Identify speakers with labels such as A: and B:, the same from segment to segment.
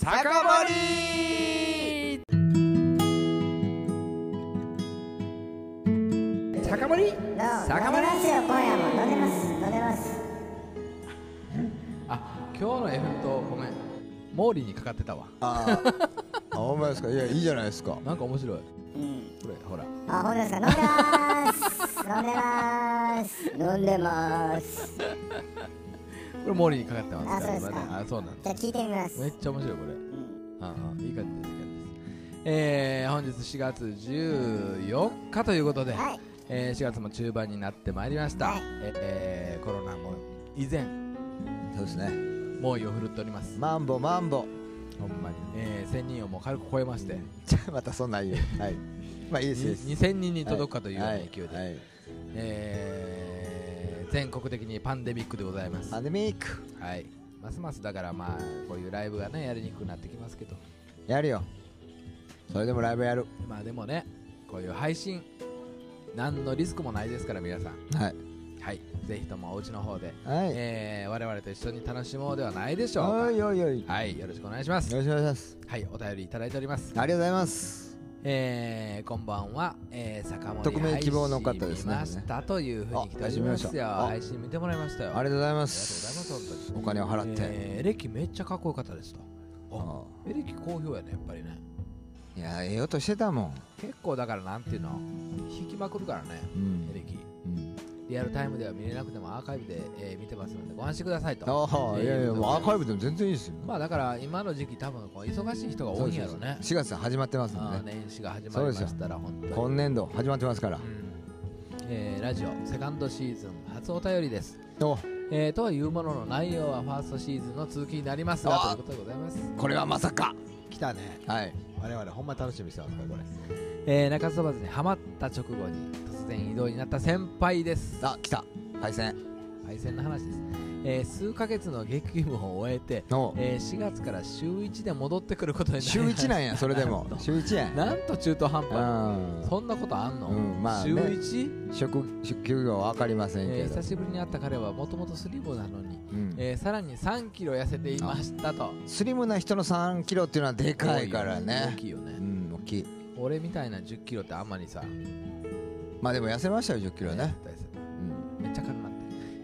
A: 酒盛り酒盛り酒
B: どう
A: 盛り
B: 飲みますよ今夜も飲んでます飲んでます
A: あ今日のエフェクトごめんモーリーにかかってたわ
C: あーあほんまですかいやいいじゃないですか
A: なんか面白い
B: うん
A: これほら
B: あ本当ですか飲んでます飲んでます飲んでます
A: これモーリーにかかってます
B: あそうですか
A: あそうなん
B: じ
A: で
B: ゃあ聞いてみますす
A: めっちゃ面白いこれ
B: うん
A: ああいい感じですいい感じですえー、本日4月14日ということで、
B: はい
A: えー、4月も中盤になってまいりました、
B: はい
A: えーコロナも以前
C: そうですね
A: 猛威を振るっております
C: マンボマンボ
A: ほんまに、えー、1000人をもう軽く超えまして、
C: じゃあまたそんなん言うはいまあいいですいいです
A: に2000人に届くかというような勢いで、
C: はいはい
A: えー全国的にパンデミックでございます、
C: パ
A: は
C: ンデミック
A: い、ますますだからまあこういうライブがねやりにくくなってきますけど
C: やるよそれでもライブやる
A: まあでもねこういう配信何のリスクもないですから皆さん
C: はい
A: はいぜひともお家の方で、
C: はい
A: えー我々と一緒に楽しもうではないでしょう
C: おいおいおいよ
A: かはいよろしくお願いします
C: ろしくお願いします
A: はいお便りいただいております
C: ありがとうございます
A: えーこんばんは、えー、坂本
C: 匿名希望の方ですね
A: 見ましたというふうに来ております
C: あ始めまし
A: よ
C: たあ
A: 配信見てもらいましたよ
C: ありがとうございま
A: ありがとうございますす本当に
C: お金を払って、
A: えー、レキめっちゃかっこよかったですとあ
C: あ
A: エレキ好評やねやっぱりね
C: ーいやええ音してたもん、
A: 結構だからなんていうの弾きまくるからね
C: うん
A: エレキ
C: うん、
A: リアルタイムでは見れなくてもアーカイブで、えー見てますのでご安心くださいと
C: ああいやいやもうアーカイブでも全然いいですよ
A: まあだから今の時期多分こう忙しい人が多いんやろね
C: 4月始まってます
A: あ
C: も
A: ー
C: んね
A: 年始が始まりましたら本当に
C: 今年度始まってますから
A: うんえーラジオセカンドシーズン初お便りです、
C: お
A: えーとはいうものの内容はファーストシーズンの続きになりますがとい
C: あ
A: うことでございます
C: これはまさか
A: 来たね
C: はい
A: 我々ほんま楽しみにしてますからこれ、えー、中津バズにハマった直後に突然異動になった先輩です
C: あ来た敗戦
A: 敗戦の話です、えー数ヶ月の激務を終えて、
C: お
A: えー4月から週1で戻ってくることになりまし
C: 週1なんやそれでも週1 や
A: なんと中途半端
C: うん
A: そんなことあんの、
C: うんまあね
A: 週 1?
C: 職職業は分かりません
A: えー
C: けど
A: 久、しぶりに会った彼はもともとスリムなのに、
C: うん
A: えーさらに3キロ痩せていましたと
C: スリムな人の3キロっていうのはでかいから
A: 大
C: ね
A: きいよね、
C: うん大きい
A: 俺みたいな1 0キロってあんまりさ、
C: まあでも痩せましたよ1 0キロね、
A: 絶対さ
C: うん
A: めっちゃ軽くなって、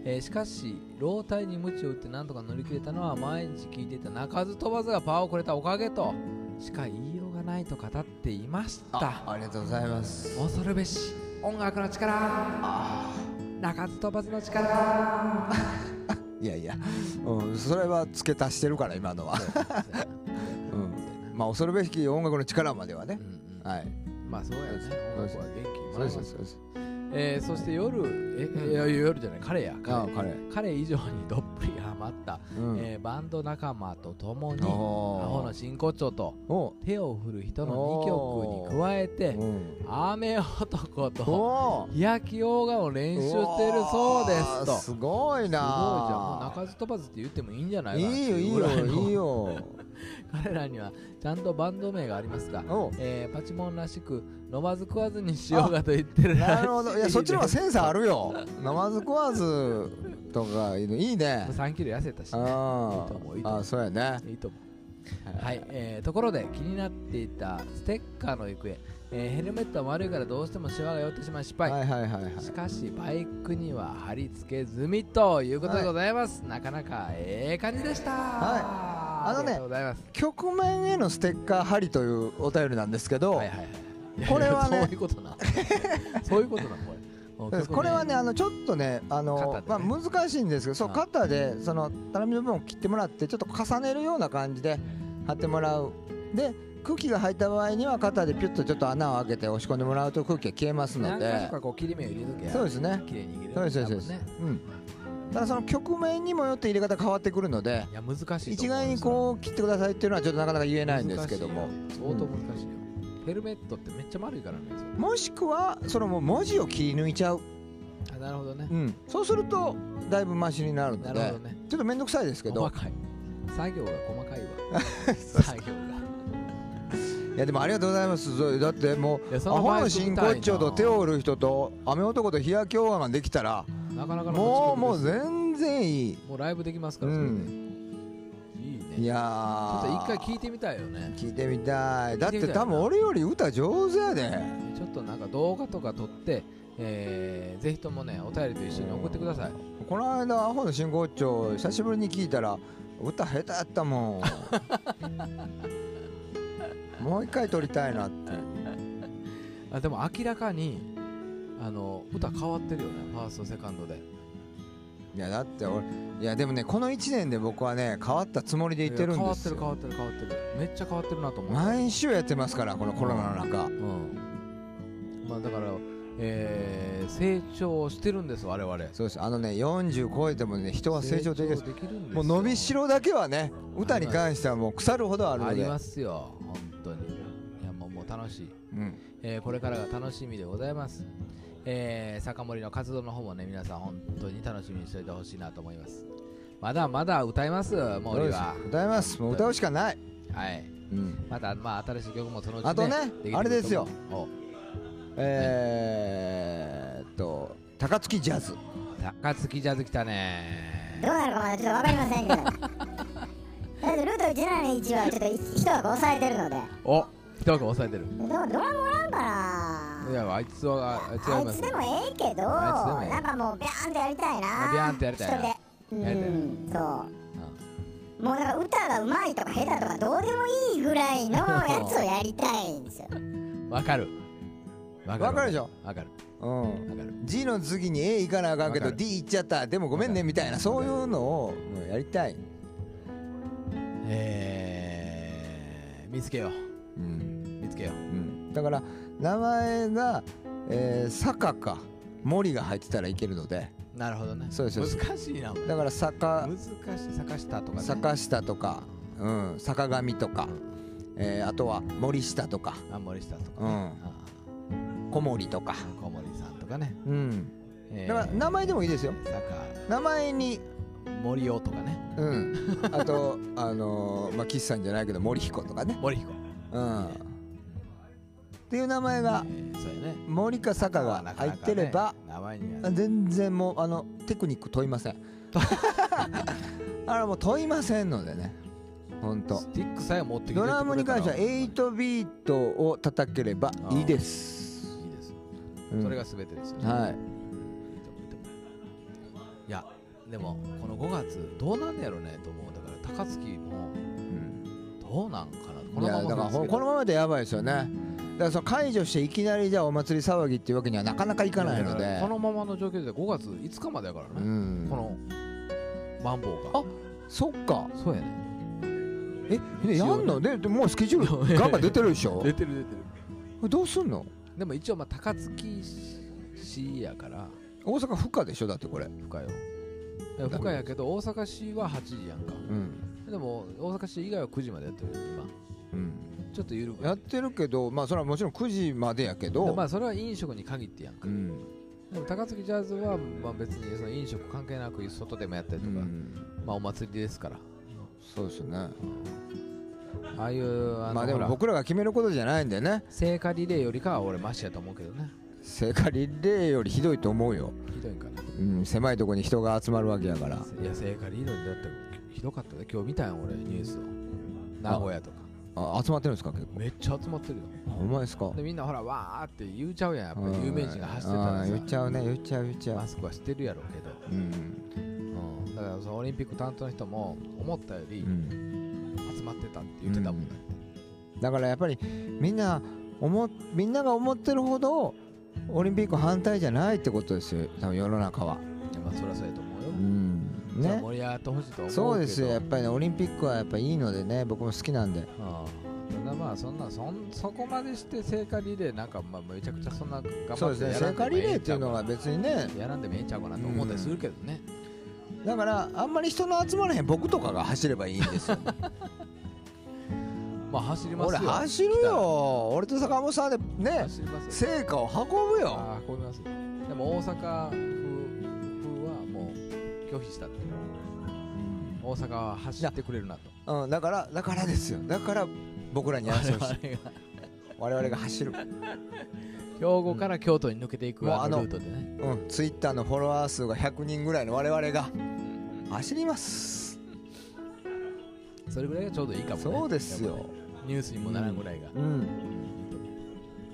A: えーしかし老体に鞭を打ってなんとか乗り切れたのは毎日聞いていた鳴かず飛ばずがパワーをくれたおかげとしか言いようがないと語っていまし
C: あ
A: た
C: ありがとうございます
A: 恐るべし音楽の力鳴かず飛ばずの 力
C: いやいや、うん、それは付け足してるから今のはうんまあ恐るべき音楽の力まではね
A: う、ん
C: はい
A: うん、まあそうやね音楽は元気も
C: そう
A: ら
C: で
A: い
C: す
A: ま
C: そうですすそうです
A: えーそして夜えいや夜じゃない彼や彼
C: あ彼、
A: 彼以上にどっぷりハマった、
C: うん
A: えーバンド仲間と共に
C: おー
A: アホの真骨頂と
C: お
A: 手を振る人の2曲に加えて
C: うん
A: 雨男と
C: おー
A: 日焼きオーガを練習しているそうですと
C: す
A: す
C: ごい
A: ごいじゃんもう
C: な
A: 鳴かず飛ばずって言ってもいいんじゃない
C: い
A: かなって
C: いよい
A: い
C: いう
A: ぐらい
C: よ
A: の
C: いいよ
A: 彼らにはちゃんとバンド名がありますが、
C: お
A: えーパチモンらしく飲まず食わずにしようかと言ってるらしい
C: なるほどいやそっちの方が
A: です
C: センスあるよ飲まず食わずとかいいのいいね
A: 3キロ痩せたし、ね、
C: あ
A: いいと思ういいと思
C: あ
A: う
C: あそうやね
A: いいと思う。はい、えーところで気になっていたステッカーの行方、えーヘルメットは丸いからどうしてもシワが寄ってしまい失
C: は
A: 敗、
C: いはいはいはい
A: しかしバイクには貼り付け済みということでございます、なかなかええ感じでしたはい
C: あの
A: り
C: ね
A: がとうございます
C: 曲面へのステッカー貼りというお便りなんですけど、
A: はいはいはいいや
C: これはね
A: いや そういうことなそういうことなこれ
C: これはねあのちょっとね
A: 肩
C: あの
A: で
C: まあ
A: ね
C: 難しいんですけどそう
A: あ
C: 肩でその頼みの分を切ってもらってちょっと重ねるような感じで貼ってもらうで空気が入った場合には肩でピュッとちょっと穴を開けて押し込んでもらうと空気が消えますの
A: 何か
C: で
A: 所かこう切り目を入れときゃ
C: そうですね
A: 綺麗に入れる
C: そうですそうです
A: 多分ね
C: うんただその曲面にもよって入れ方変わってくるので
A: いや難しいと思う
C: 一概にこう切ってくださいっていうのはちょっとなかなか言えないんですけど
A: 難
C: も
A: しいよ相当難しいよ、ヘルメットってめっちゃ丸いからねそれ
C: もしくはそのもう文字を切り抜いちゃう、
A: あなるほどね
C: う。ん、そうするとだいぶマシになる
A: な
C: の
A: る
C: で
A: ほどね。
C: ちょっと面倒くさいですけど
A: 細かい。作業が細かい わ。作業が。
C: いやでもありがとうございますそうだってもう
A: いやそ
C: ア
A: の
C: ホ
A: バイ
C: の
A: クみたい
C: 真
A: な
C: 骨頂と手を売る人と雨男と日焼けオーガができたら
A: なかなかの持ち込みです
C: もうもう全然いい、
A: もうライブできますか
C: う
A: ら。それで
C: ん、
A: いいね。
C: いや
A: ちょっと一回
C: い
A: 聞いてみたいよね
C: 聞いてみたいだっ
A: 聞いて
C: て
A: みたい
C: 多分俺より歌上手やで
A: ちょっとなんか動画とか撮って、えー、ぜひともねお便りと一緒に送ってください
C: この間アホの真骨頂久しぶりに聞いたら歌下手やっ たもんもう一回撮りたいなって
A: あでも明らかにあの歌変わってるよねファーストセカンドで
C: いやだって俺いやでもねこの1年で僕はね変わったつもりでいてるんですよ
A: 変わってる変わってる変わってるめっちゃ変わってるなと思う
C: 毎週やってますからこのコロナの中
A: うんまあだから、えー、成長してるんです我々
C: そうですあのね40超えてもね人は成長できるんです
A: るんです
C: もう伸びしろだけはね歌に関してはもう腐るほどある
A: あ
C: の
A: り
C: で
A: ますよ本当にいやもうもう楽しい、
C: うん
A: えーこれからが楽しみでございますえー、酒盛りの活動の方もね皆さん本当に楽しみにしておいてほしいなと思いますまだまだ歌います
C: そ
A: モー
C: う
A: リー
C: です
A: は
C: 歌いますもう歌うしかない、
A: はい
C: うん
A: またまあ新しい曲もそのうち、ね、
C: あとね
A: できてくると思う
C: あれですよ
A: お
C: えー、っと高槻ジャズ
A: 高槻ジャズ来たね
B: どうなるかまだちょっとわかりませんけどだってルート171はちょっと一枠抑えてるので
A: お一枠抑えてる
B: どうドラムおらんかない
A: やあいつはあいつは
B: あ
A: い
B: い
A: ま
B: つ
A: す
B: でもええけ
A: あいつ
B: ど
A: でもええ
B: なんかもうビャーンってやりたいな
A: あビャーンってやりたいな
B: 一人
A: や
B: で
A: りたい
B: うんそうもうなんか歌がうまいとか下手とかどうでもいいぐらいのやつをやりたいんですよ
A: うんわかるわ
C: わかるでしょ
A: わかる
C: うん
A: わかる
C: G の次に A 行かなあかんけ
A: わか
C: ど
A: る
C: D 行っちゃったでもごめんねみたいなそういうのをもうやりたい、
A: えー、見つけよう
C: うん
A: 見つけよう
C: うん、だから名前が、えー、坂か森が入ってたらいけるので
A: なるほどね
C: そうですそうです
A: 難しいな
C: だから坂
A: 難しい坂下とかね
C: 坂下とか、うん、坂上とか、えーあとは森下とか
A: あ森下とかね、
C: うん
A: あ
C: 小森とか、
A: あ小森さんとかね、
C: うん、
A: え
C: だから名前でもいいですよ
A: 坂
C: 名前に、
A: 森尾とかね
C: うん、 あとあのーまあ岸さんじゃないけど森彦とかね、
A: 森彦、
C: うん、っていう名前
A: え
C: が
A: ー、そうやね
C: 森か坂が
A: なか
C: 入
A: な
C: っ
A: か
C: てれば、
A: ね、名前には
C: 全然もうあのテクニック問いま せんあれはもう問いませんのでねほんと
A: スティックさえ持ってきて
C: ドラムに関しては
A: い
C: 8ビートを叩ければいいです、
A: いです、
C: うん
A: それが全てですよね
C: は
A: いいと
C: い
A: 思ういいと思ういやでもこの5月どうなんやろねと思うだから高槻もどうなんかなこ
C: い
A: のま
C: や
A: ま
C: だから
A: 続
C: ほ
A: け
C: このままでやばいですよねだからその解除していきなりじゃあお祭り騒ぎっていうわけにはなかなかいかないの
A: や
C: で
A: やこのままの状況で5月5日までやから
C: う
A: ね、こ
C: ん
A: のマンボウが
C: あそっか
A: そうやね
C: えでやんのででもうスケジュールガンガン出てるでしょ
A: 出てる出てる
C: どうすんの
A: でも一応まあ高槻市やから
C: 大阪府下でしょだってこれ
A: 深よいや深谷やけど大阪市は8時やんか
C: うん
A: でも大阪市以外は9時までやってる今
C: うん
A: ちょっと緩く
C: やってるけどまあそれはもちろん9時までやけど、
A: まあそれは飲食に限ってやんか、
C: うん
A: でも高槻ジャズはまあ別にその飲食関係なく外でもやったりと
C: う
A: か、
C: ん、
A: まあお祭りですから
C: そうですね
A: ああいうあ
C: ま
A: の
C: あで
A: ほ
C: も
A: ら
C: 僕らが決めることじゃないんでね
A: 聖火リレーよりかは俺マシやと思うけどね
C: 聖火リレーよりひどいと思うよ、
A: ひどいんかな
C: うん、狭いとこに人が集まるわけやから
A: いや聖火リレーだってひどかったね今日見たやん俺ニュースを名古屋とか
C: あ集まってるんですか結構
A: めっちゃ集まってるよ
C: ほんまですか
A: でみんなほらわーって言うちゃうやんやっぱり有名人が走ってた
C: あ
A: ら
C: ー言っち
A: さ
C: ゃうね言っちゃう言っちゃ
A: マスクはしてるやろうけど、
C: ううん
A: うん、だからそのオリンピック担当の人も思ったより
C: うん
A: 集まってたって言ってたもんね、
C: だからやっぱりみんな思みんなが思ってるほどオリンピック反対じゃないってことですよ多分世の中はい
A: やまあそりゃそうやと思うよ
C: う、ん
A: じゃあ
C: ね
A: 盛り上がってほしいと思うけど
C: そうですよやっぱりねオリンピックはやっぱいいのでね僕も好きなんで
A: ああただまあそんなそんそこまでして聖火リレーなんかまあめちゃくちゃそんな頑張って
C: そうですね
A: やら
C: 聖
A: んでも
C: 火
A: え
C: リレ
A: え
C: ー
A: ん
C: っ
A: ち
C: て
A: ゃ
C: いうう
A: か
C: の
A: な
C: が別にね
A: やらんでもええんちゃうかなと思ったりするけどね、
C: だからあんまり人の集まらへん僕とかが走ればいいんですよ
A: まあ走ります
C: 俺
A: よ
C: 走るよ俺と坂本さんでね
A: 走りますよ
C: 成果を運ぶよ
A: ああ運びますよでも大阪府府はもう拒否したって大阪は走ってくれるなと
C: うん、だからだからですよだから僕らにやらせてほしい
A: 我々が
C: 我々が走る、
A: 兵庫から京都に抜けていくあの
C: もうあの
A: ルートでね
C: うん、ツイッターのフォロワー数が100人ぐらいの我々が走ります
A: それぐらいがちょうどいいかもね
C: そうです
A: やっ
C: よ
A: ぱねニュースにもならんぐらいが、
C: うん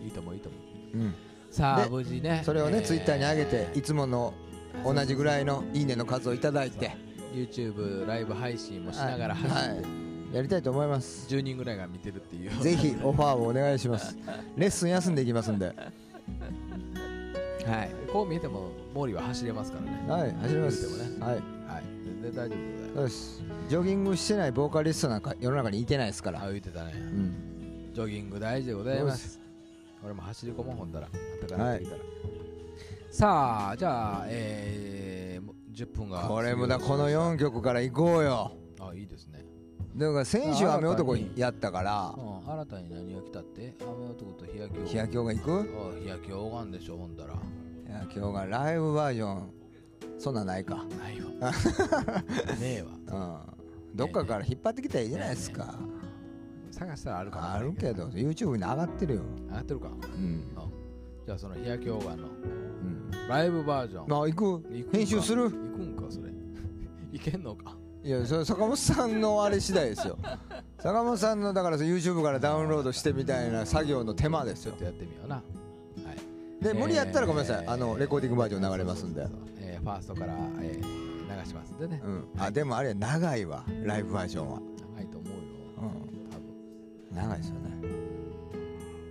A: いいと思ういいと思ういいと思
C: うん
A: うさあ
C: で
A: 無事ね
C: それをね、
A: え
C: ツイッターに上げていつもの同じぐらいのいいねの数をいただいて
A: YouTube ライブ配信もしながら
C: はい、
A: 走って、
C: はいやりたいと思います
A: 10人ぐらいが見てるっていう
C: ぜひオファーをお願いしますレッスン休んでいきますんで
A: はい、こう見えても毛利は走れますからね。
C: はい走ります
A: 言うてもね
C: はい
A: はい、全然大丈夫でございま
C: そうですジョギングしてないボーカリストなんか世の中にいてないですか
A: す。あ、
C: ら
A: 言ってたね。
C: うん
A: ジョギング大事でございます。俺も走り込もうほんだら、あったからやってるから。さあ、じゃあ、えー、もう10分が。
C: これもだこの
A: よ
C: 4曲から行こうよ
A: あ、いいですね。
C: だから先週雨男
A: あ新たに
C: やったから
A: うん、新たに何が来たって、雨男と日焼けを。
C: 日焼けが行く
A: あ日焼け拝んでしょ、ほんだら。
C: 今日がライブバージョンそんなんないか
A: ないわ。 ねえわ。
C: うんどっかから引っ張ってきたらいいじゃないですか
A: 探したらあるかも
C: あるけど。YouTube に上がってるよ
A: 上がってるか。
C: うん
A: あじゃあ、その日焼け拝の
C: うん
A: ライブバージョン。
C: まあ行く
A: 行くんか
C: 編集する
A: 行くんかそれ 行けんのか
C: いやそれ坂本さんのあれ次第です よ坂本さんのだから YouTube からダウンロードしてみたいな作業の手間です
A: ちょ
C: よ
A: っとやってみようなはい
C: で無理やったらごめんなさい
A: えー
C: あのレコーディングバージョン流れますんで
A: そうそうそうそうえーファーストから、えー流しますんでね
C: うんあでもあれ長いわライブバージョンは
A: 長いと思うよ
C: うん
A: 多分
C: 長いですよね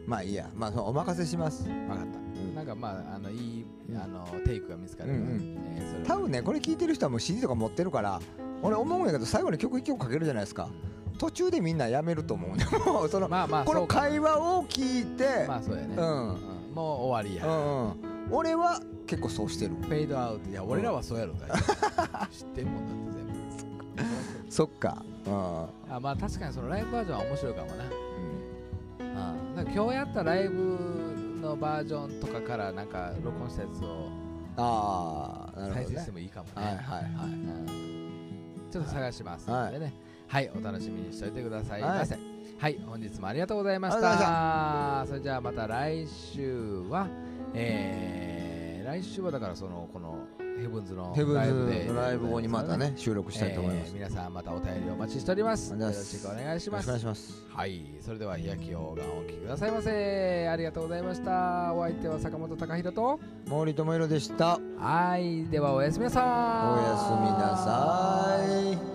C: まあいいやまあそうお任せします
A: 分かった、
C: ん
A: なんかまああのいい
C: うん
A: あのテイクが見つかれば、
C: うんう
A: えーそれを
C: 多分ねこれ聞いてる人はもう CD とか持ってるから俺思うんやけど最後に曲1曲かけるじゃないですか途中でみんなやめると思うね もうその
A: まあまあ
C: こ
A: そ
C: の
A: うか
C: 会話を聞いて
A: まあそうやね、
C: う
A: うん
C: ん
A: もう終わり
C: う
A: や、
C: んうん俺は結構そうしてる
A: フェードアウトいや俺らはそうやろだいたい知ってんもんだって全部
C: そっかうん
A: あまあ確かにそのライブバージョンは面白いかもな
C: う
A: ああなんか今日やったライブのバージョンとかからなんか録音したやつを
C: んああなる
A: 再
C: ほど
A: 生し
C: ね
A: てもいいかもね
C: はいはいはい
A: うんちょっと探します
C: はい
A: のでねはい、お楽しみにしておいてください
C: はい
A: ませはい、本日もありがとうございまし
C: あ
A: た
C: り
A: それじゃあまた来週はえー、来週はだからそのこのヘブンズの
C: ヘブ
A: ライブで
C: ンズのライブ後にまたね収録したいと思いま
A: えー
C: す、
A: 皆さんまたお便りお待ちしております
C: お
A: よ
C: 願
A: ろ
C: いします
A: しくお願いし
C: よろ
A: ま
C: し
A: す
C: くお願いします
A: はい、それでは日焼けをがお聞きくださいませ。ありがとうございました。お相手は坂本隆弘と。
C: 毛利智弘でした
A: はい、ではおやすみなさ
C: お
A: ーい。
C: やすみなさい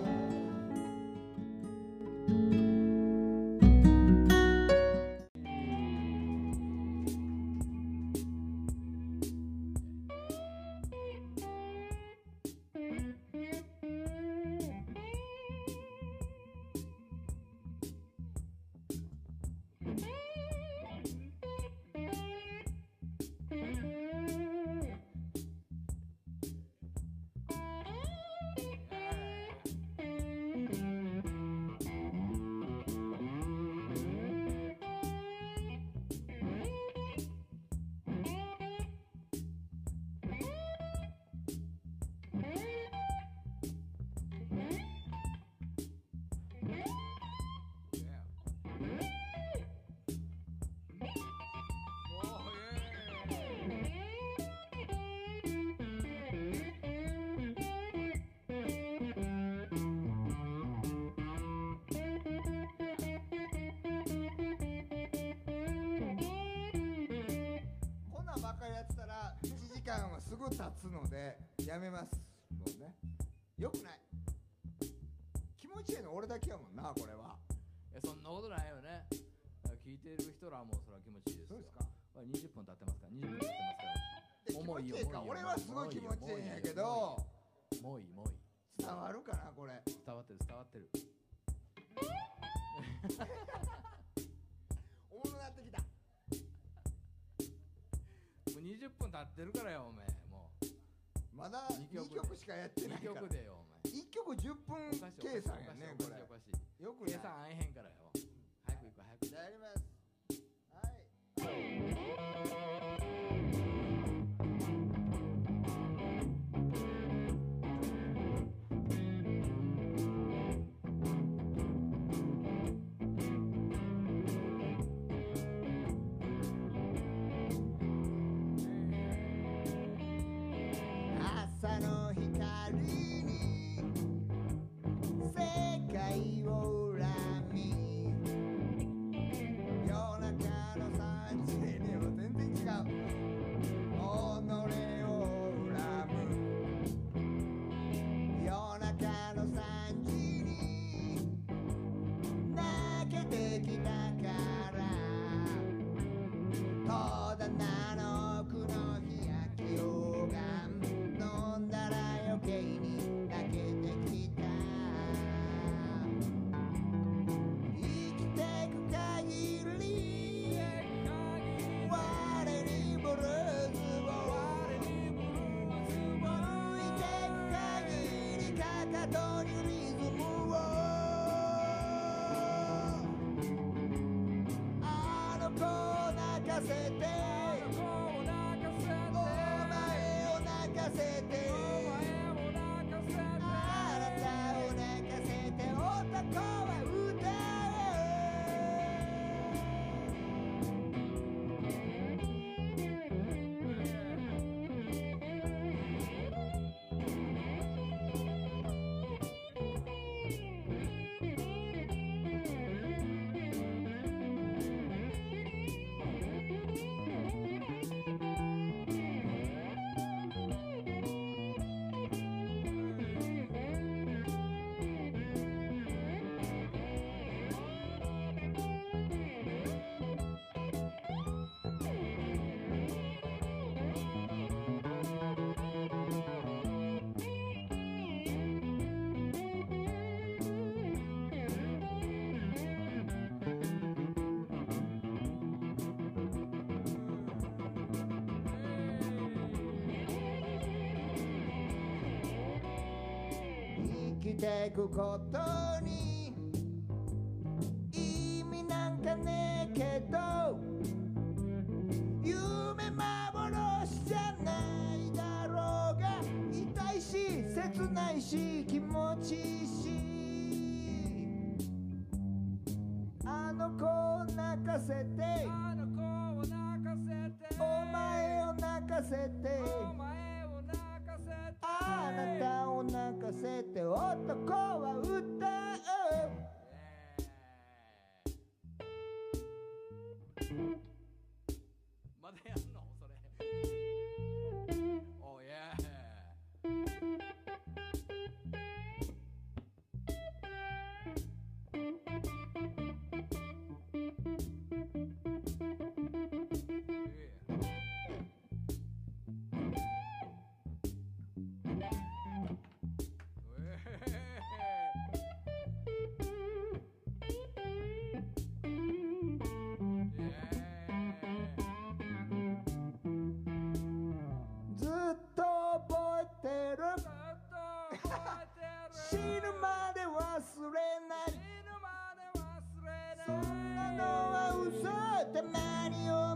C: こんなんばっかりやってたら1時間はすぐ経つのでやめますもうねよくない気持ちいいの俺だけやもんなこれは
A: そんなことないよね。聞いてる人らはもうそれは気持ちいいです
C: そうですか
A: 二十分経ってますから、二十分経って
C: で気
A: 重
C: 持
A: い
C: ち
A: よ
C: いいか
A: 重いよ
C: 俺はすごい気持ちいいんやけど
A: ますから。もういい、もういい。
C: 伝わるかなこれ
A: 伝わってる、伝わってる。
C: おもろなってきた
A: もう二十分経ってるからよ、おめえ。もう。
C: まだ
A: 二曲
C: 2曲しかやってない
A: 二
C: か
A: 曲
C: ら
A: でよ、お前。
C: 1曲10分
A: おかしいおかしい
C: 計算やね
A: お
C: こ
A: かしいおか
C: れ
A: しいおかしい
C: よくない
A: 計算合えへんからよ。早く行く、早く行く
C: じゃあやりますはい朝の光に世界を
D: とにリズムをあの子を泣かせてお前を泣かせてあなたを泣かせて男は歌え生きていくことに意味なんかねえけど夢幻じゃないだろうが痛いし切ないし気持ちいいしあの子を泣かせてお前を泣かせてあなたを泣かせて男は歌う
A: まだやんのそれ。おう、イエーイ。Yeah.
D: ずっと覚えてる死ぬまで忘れないそんなのは嘘たまに